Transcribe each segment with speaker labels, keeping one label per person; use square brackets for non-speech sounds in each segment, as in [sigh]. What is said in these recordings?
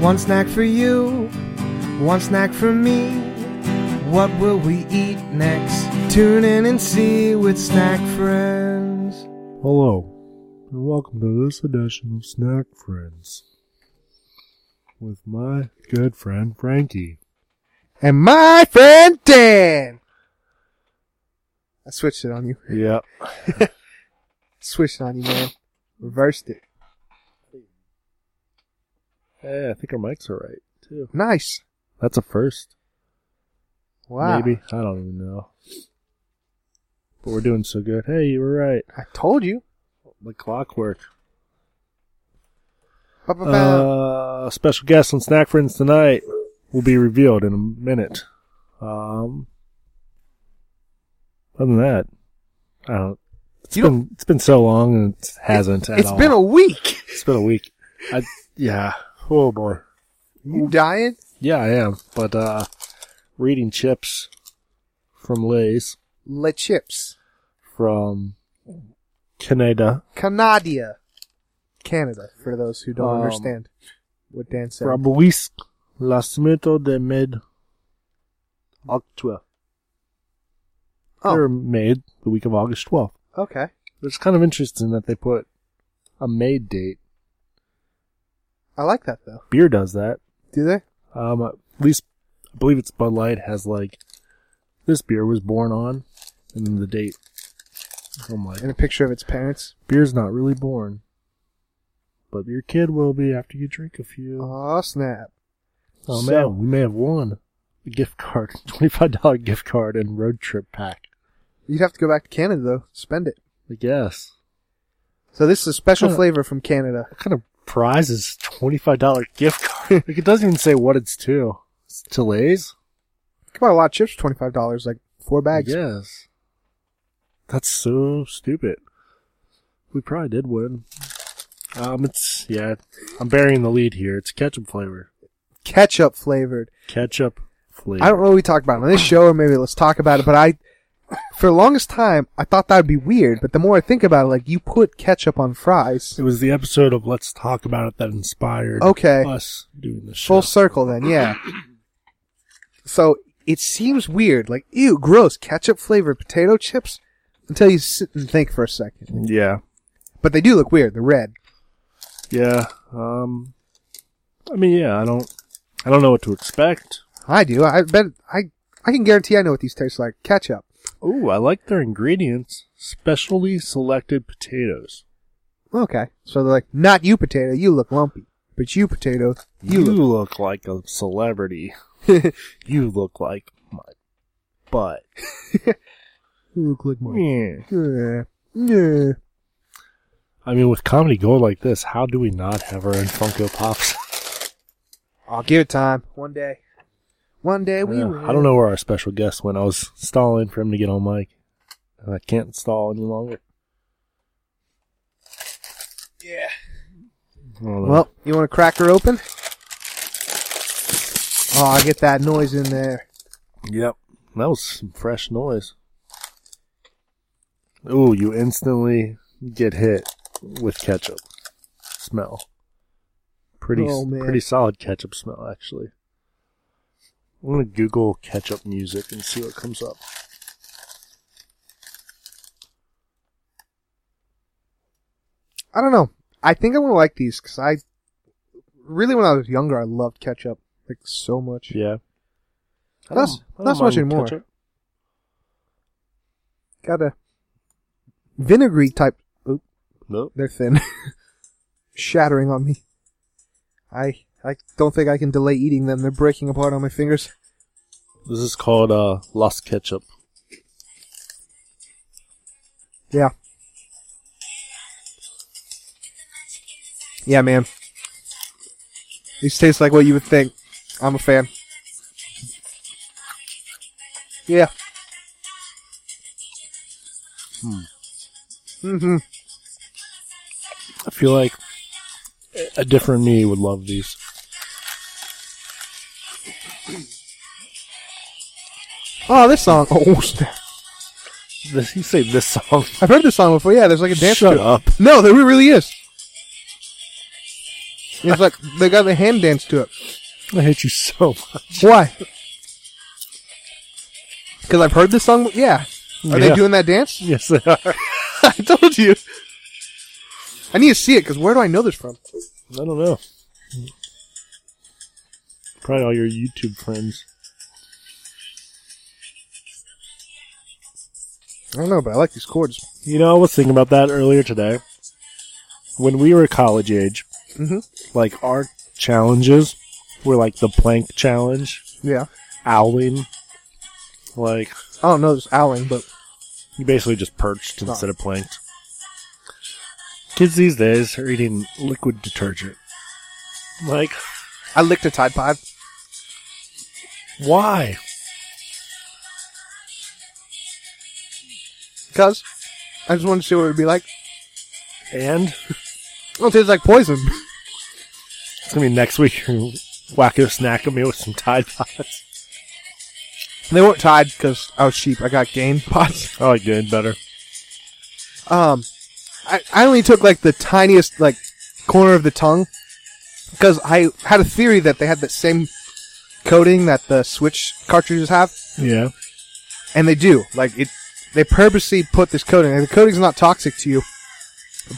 Speaker 1: One snack for you, one snack for me. What will we eat next? Tune in and see with Snack Friends.
Speaker 2: Hello, and welcome to this edition of Snack Friends with my good friend Frankie.
Speaker 1: And my friend Dan. I switched it on you.
Speaker 2: Yep.
Speaker 1: Switched it on you, man. Reversed it.
Speaker 2: Hey, I think our mics are right too.
Speaker 1: Nice.
Speaker 2: That's a first.
Speaker 1: Wow.
Speaker 2: Maybe I don't even know. But we're doing so good. Hey, you were right.
Speaker 1: I told you.
Speaker 2: The clockwork.
Speaker 1: Ba-ba-ba.
Speaker 2: Uh, special guest on Snack Friends tonight will be revealed in a minute. Um, other than that, I don't. It's
Speaker 1: You
Speaker 2: been it's been so long and it hasn't at
Speaker 1: it's
Speaker 2: all.
Speaker 1: been a week.
Speaker 2: it's been a week. I, yeah. Oh boy.
Speaker 1: You dying?
Speaker 2: Yeah, I am. But uh, reading chips from Lay's
Speaker 1: Le chips.
Speaker 2: from Canada.
Speaker 1: Canadia. Canada, for those who don't
Speaker 2: Um,
Speaker 1: understand what Dan said.
Speaker 2: Rabouis la semaine de med octobre.
Speaker 1: Oh.
Speaker 2: They were made the week of August 12th.
Speaker 1: okay.
Speaker 2: It's kind of interesting that they put a made date.
Speaker 1: I like that though.
Speaker 2: Beer does that.
Speaker 1: Do they?
Speaker 2: Um, at least I believe it's Bud Light has like this beer was born on, and then the date. oh I'm like,
Speaker 1: And a picture of its parents.
Speaker 2: beer's not really born, but your kid will be after you drink a few.
Speaker 1: Oh snap.
Speaker 2: Oh
Speaker 1: So-
Speaker 2: man, we may have won a gift card, [laughs] twenty-five dollar gift card and road trip pack.
Speaker 1: You'd have to go back to Canada though. Spend it.
Speaker 2: I guess.
Speaker 1: So this is a special
Speaker 2: Huh.
Speaker 1: flavor from Canada.
Speaker 2: What kind of prize is twenty-five dollar gift card? [laughs] like it doesn't even say what it's to. It's to Lay's.
Speaker 1: You can buy a lot of chips for twenty five dollars, like four bags.
Speaker 2: Yes. That's so stupid. We probably did win. Um, it's yeah. I'm burying the lead here. It's ketchup flavor.
Speaker 1: Ketchup flavored.
Speaker 2: Ketchup flavor.
Speaker 1: I don't know what we talked about on this show, or maybe let's talk about it. But I, for the longest time, I thought that would be weird. But the more I think about it, like you put ketchup on fries,
Speaker 2: It was the episode of Let's Talk About It that inspired
Speaker 1: Okay.
Speaker 2: us doing the show.
Speaker 1: full circle. Then yeah. So it seems weird, like ew, gross, ketchup flavored potato chips, until you sit and think for a second.
Speaker 2: yeah.
Speaker 1: But they do look weird. They're red.
Speaker 2: Yeah. Um I mean, yeah, I don't I don't know what to expect.
Speaker 1: I do. I bet I I can guarantee I know what these taste like. Ketchup.
Speaker 2: Oh, I like their ingredients. Specially selected potatoes.
Speaker 1: Okay. So they're like, not you potato, you look lumpy. But you potato,
Speaker 2: You,
Speaker 1: you look
Speaker 2: look like a
Speaker 1: [laughs]
Speaker 2: celebrity. you look like my butt.
Speaker 1: you look like mine.
Speaker 2: Yeah.
Speaker 1: Yeah. Yeah.
Speaker 2: I mean, with comedy going like this, how do we not have our own Funko Pops?
Speaker 1: I'll give it time. One day. One day we
Speaker 2: Yeah,
Speaker 1: will.
Speaker 2: I don't know where our special guest went. I was stalling for him to get on mic. And I can't stall any longer.
Speaker 1: Yeah.
Speaker 2: I don't know.
Speaker 1: Well, you want to crack her open? Oh, I get that noise in there.
Speaker 2: Yep. That was some fresh noise. Ooh, you instantly get hit with ketchup smell. Pretty,
Speaker 1: Oh, man.
Speaker 2: pretty solid ketchup smell, actually. I'm gonna Google ketchup music and see what comes up.
Speaker 1: I don't know. I think I'm gonna like these because I really, when I was younger, I loved ketchup like so much.
Speaker 2: Yeah. I
Speaker 1: That's-
Speaker 2: don't- I
Speaker 1: that's
Speaker 2: don't
Speaker 1: much
Speaker 2: mind
Speaker 1: anymore. Got a vinegary type. Oop,
Speaker 2: Nope.
Speaker 1: they're thin. [laughs] Shattering on me. I I don't think I can delay eating them. They're breaking apart on my fingers.
Speaker 2: This is called uh, lost ketchup.
Speaker 1: Yeah. Yeah, man. These taste like what you would think. I'm a fan. Yeah. Hmm. hmm
Speaker 2: I feel like a- a different me would love these.
Speaker 1: Oh, this song. Oh, [laughs] snap.
Speaker 2: This, you say this [laughs] song?
Speaker 1: I've heard this song before. Yeah, there's like a dance
Speaker 2: Shut
Speaker 1: to it.
Speaker 2: up.
Speaker 1: No, there really is. And it's like they got a hand dance to it.
Speaker 2: I hate you so much. [laughs]
Speaker 1: Why? Because I've heard this song. but- Yeah. Are they
Speaker 2: Yeah.
Speaker 1: doing that dance?
Speaker 2: Yes, they are. [laughs]
Speaker 1: I told you. I need to see it because where do I know this from?
Speaker 2: I don't know. Probably all your YouTube friends.
Speaker 1: I don't know, but I like these chords.
Speaker 2: You know, I was thinking about that earlier today. When we were college age,
Speaker 1: Mhm.
Speaker 2: like our challenges were like the plank challenge,
Speaker 1: Yeah.
Speaker 2: owling. Like
Speaker 1: I don't know this owling, but
Speaker 2: you basically just perched instead of planked. Kids these days are eating liquid detergent. Like
Speaker 1: I licked a Tide Pod.
Speaker 2: why?
Speaker 1: Cause I just wanted to see what it would be like.
Speaker 2: And
Speaker 1: Oh, it tastes like poison. [laughs]
Speaker 2: It's gonna be next week. You're wacko snacking me with some Tide Pods.
Speaker 1: they weren't Tide because I was cheap. I got Gain [laughs] pods.
Speaker 2: I like doing better.
Speaker 1: Um, I, I only took like the tiniest like corner of the tongue because I had a theory that they had that same coating that the Switch cartridges have,
Speaker 2: Yeah.
Speaker 1: and they do. Like it, they purposely put this coating, and the coating's not toxic to you,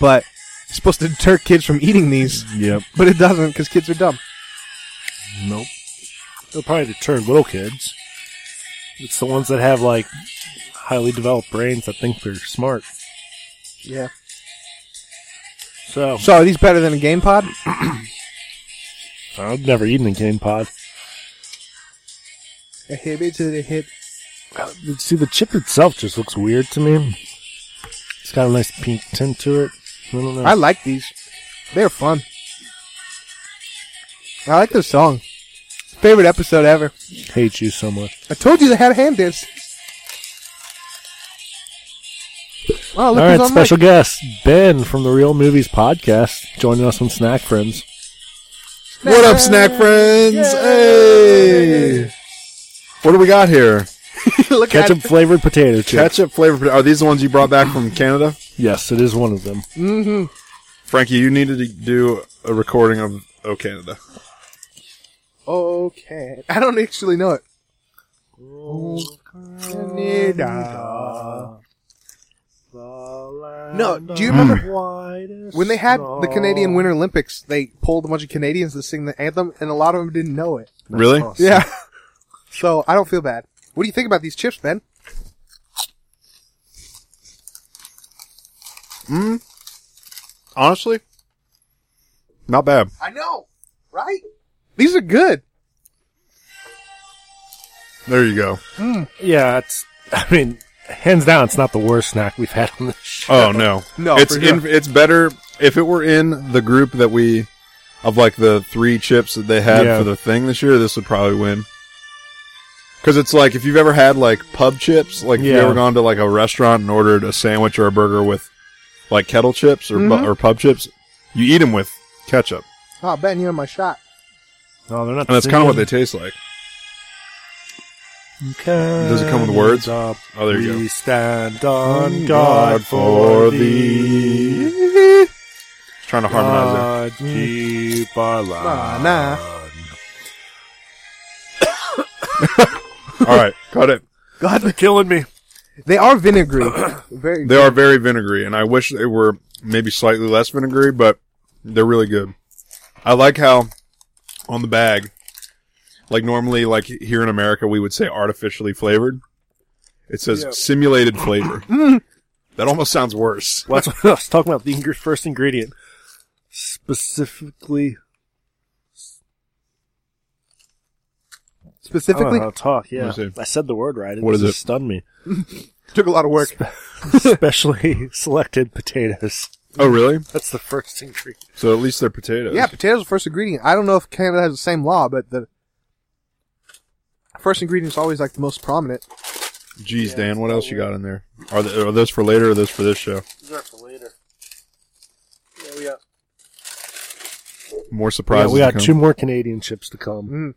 Speaker 1: but it's supposed to deter kids from eating these,
Speaker 2: Yep.
Speaker 1: but it doesn't because kids are dumb.
Speaker 2: Nope. They'll probably deter little kids. It's the ones that have like highly developed brains that think they're smart.
Speaker 1: Yeah.
Speaker 2: So
Speaker 1: So are these better than a Game Pod?
Speaker 2: I've never eaten a game pod.
Speaker 1: A hit to the hip.
Speaker 2: Uh, See, the chip itself just looks weird to me. It's got a nice pink tint to it. I don't know.
Speaker 1: I like these. They're fun. I like this song. Favorite episode ever.
Speaker 2: hate you so much.
Speaker 1: I told you they had a hand dance. Oh, look
Speaker 2: All
Speaker 1: who's
Speaker 2: right,
Speaker 1: on
Speaker 2: special guest Ben from the Real Movies podcast joining us on Snack Friends.
Speaker 1: mic.
Speaker 3: What up, snack friends? Hey! What do we got here?
Speaker 1: [laughs] look at
Speaker 2: Ketchup flavored potato chips.
Speaker 3: Ketchup flavored. Are these the ones you brought back from Canada?
Speaker 2: Yes, it is one of them.
Speaker 3: Frankie, you needed to do a recording of Oh Canada.
Speaker 1: Okay. I don't actually know it. No, do you
Speaker 2: remember
Speaker 1: When they had the Canadian Winter Olympics, they pulled a bunch of Canadians to sing the anthem, and a lot of them didn't know it.
Speaker 3: Really?
Speaker 2: awesome.
Speaker 1: Yeah. [laughs] so I don't feel bad. What do you think about these chips, Ben?
Speaker 3: Honestly, not bad.
Speaker 1: I know, right? These are good.
Speaker 3: There you go.
Speaker 2: Yeah, it's. [laughs] I mean, hands down, it's not the worst snack we've had on this show.
Speaker 3: Oh no,
Speaker 1: No,
Speaker 3: It's
Speaker 1: for sure.
Speaker 3: in, it's better if it were in the group that we of like the three chips that they had
Speaker 2: Yeah.
Speaker 3: for the thing this year. This would probably win. Because it's like if you've ever had like pub chips, like if
Speaker 2: Yeah.
Speaker 3: you've ever gone to like a restaurant and ordered a sandwich or a burger with like kettle chips or bu-
Speaker 1: Mhm.
Speaker 3: or pub chips, you eat them with ketchup,
Speaker 1: Oh, Ben, you have my shot.
Speaker 2: No, they're not.
Speaker 3: and that's kind of what they taste like.
Speaker 2: Does
Speaker 3: it come with words?
Speaker 2: Up,
Speaker 3: Oh, there you
Speaker 2: we
Speaker 3: go.
Speaker 2: stand on guard Mm, for thee.
Speaker 3: Trying to harmonize
Speaker 2: God keep our line.
Speaker 1: Ah, nah.
Speaker 3: it. All right, cut it.
Speaker 2: God, they're killing me.
Speaker 1: They are [coughs] vinegary. Very.
Speaker 3: They are very vinegary, and I wish they were maybe slightly less vinegary, but they're really good. I like how on the bag, like normally, like here in America, we would say artificially flavored. It says
Speaker 2: [laughs]
Speaker 3: simulated flavor. that almost sounds worse.
Speaker 2: [laughs] Well, that's what I was talking about. The ing- first ingredient, specifically. I don't
Speaker 1: specifically
Speaker 2: know how to talk. Yeah,
Speaker 3: Let me see.
Speaker 2: I said the word right. It
Speaker 3: What is
Speaker 2: just
Speaker 3: it?
Speaker 2: Stunned [laughs] me.
Speaker 1: took a lot of work.
Speaker 2: Especially [laughs] selected potatoes.
Speaker 3: Oh, really?
Speaker 2: That's the first ingredient.
Speaker 3: So at least they're potatoes.
Speaker 1: Yeah, potatoes are first ingredient. I don't know if Canada has the same law, but the first ingredient is always like the most prominent.
Speaker 3: Geez, Dan, what else you got in there? Are, th- are those for later or are those for this show?
Speaker 2: These are for later. Yeah, we got,
Speaker 3: More surprises.
Speaker 2: we
Speaker 3: to
Speaker 2: got
Speaker 3: come.
Speaker 2: two more Canadian chips to
Speaker 1: Mm.
Speaker 2: come.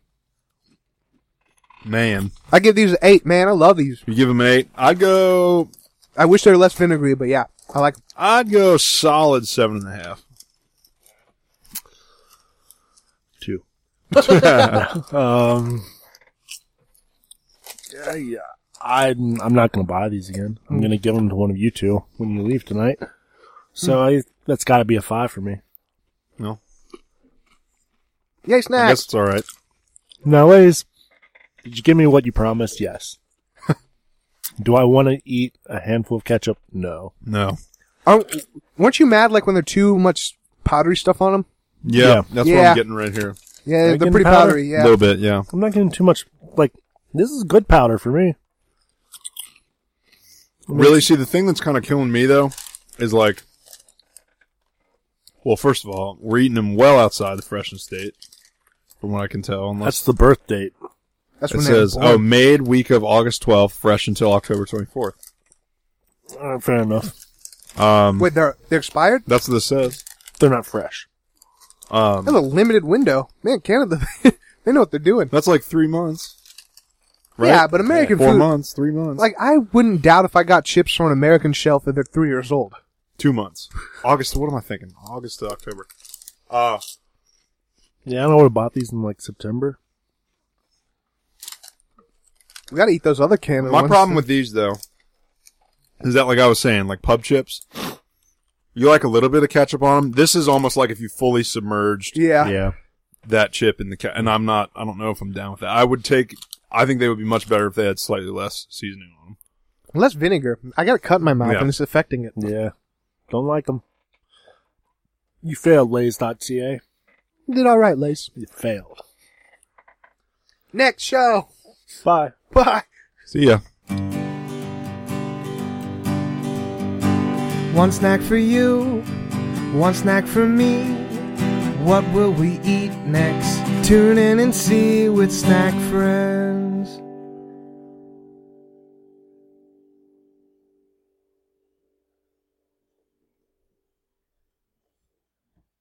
Speaker 3: Man,
Speaker 1: I give these an eight, man. I love these.
Speaker 3: you give them an eight. I'd go.
Speaker 1: I wish they were less vinegary, but yeah, I like. 'em.
Speaker 3: I'd go solid seven and a half.
Speaker 2: [laughs] um, yeah, yeah, I'm I'm not gonna buy these again. I'm gonna give them to one of you two when you leave tonight. So I that's got to be a five for me.
Speaker 3: No,
Speaker 1: Yay,
Speaker 3: I guess
Speaker 1: snacks!
Speaker 3: it's all right.
Speaker 2: Now, ladies, did you give me what you promised? [laughs] Yes. Do I want to eat a handful of ketchup? No.
Speaker 3: No.
Speaker 1: Aren't, weren't you mad like when they're too much powdery stuff on them?
Speaker 3: Yeah,
Speaker 2: Yeah.
Speaker 3: that's what
Speaker 1: Yeah.
Speaker 3: I'm getting right here.
Speaker 1: Yeah,
Speaker 2: They're
Speaker 1: they're,
Speaker 2: getting
Speaker 1: pretty
Speaker 2: powder.
Speaker 1: powdery.
Speaker 3: A
Speaker 1: Yeah.
Speaker 3: little bit, yeah.
Speaker 2: I'm not getting too much. Like this is good powder for me.
Speaker 3: Really, see, the thing that's kind of killing me though is like, well, first of all, we're eating them well outside the freshness date, from what I can tell. Unless
Speaker 2: That's the birth date.
Speaker 1: That's
Speaker 3: it
Speaker 1: when they were
Speaker 3: says,
Speaker 1: born.
Speaker 3: "Oh, made week of August 12th, fresh until October 24th."
Speaker 2: Uh, fair enough.
Speaker 3: Um,
Speaker 1: wait, they're they're expired.
Speaker 3: that's what this says.
Speaker 2: They're not fresh.
Speaker 3: Um,
Speaker 1: That's a limited window. Man, Canada, [laughs] they know what they're doing.
Speaker 3: that's like three months, right?
Speaker 1: Yeah, but American
Speaker 3: four
Speaker 1: food-
Speaker 3: months, three months,
Speaker 1: Like, I wouldn't doubt if I got chips from an American shelf that they're three years old. [laughs]
Speaker 3: two months. August. What am I thinking? August to October. Uh
Speaker 2: Yeah, I know I bought these in like September.
Speaker 1: We gotta eat those other Canada
Speaker 3: My
Speaker 1: ones.
Speaker 3: problem with these though is that, like I was saying, like pub chips, you like a little bit of ketchup on them. This is almost like if you fully
Speaker 1: [laughs]
Speaker 3: submerged
Speaker 1: yeah,
Speaker 3: that chip in the ketchup. And I'm not. I don't know if I'm down with that. I would take. I think they would be much better if they had slightly less seasoning on them.
Speaker 1: less vinegar. I got a cut in my mouth
Speaker 3: Yeah.
Speaker 1: and it's affecting it.
Speaker 2: Yeah. Don't like them. You failed, Lays.ca.
Speaker 1: You Did all right, Lace.
Speaker 2: You failed.
Speaker 1: Next show. [laughs]
Speaker 2: Bye.
Speaker 1: Bye.
Speaker 3: See ya.
Speaker 1: One snack for you, one snack for me. What will we eat next? Tune in and see with Snack Friends.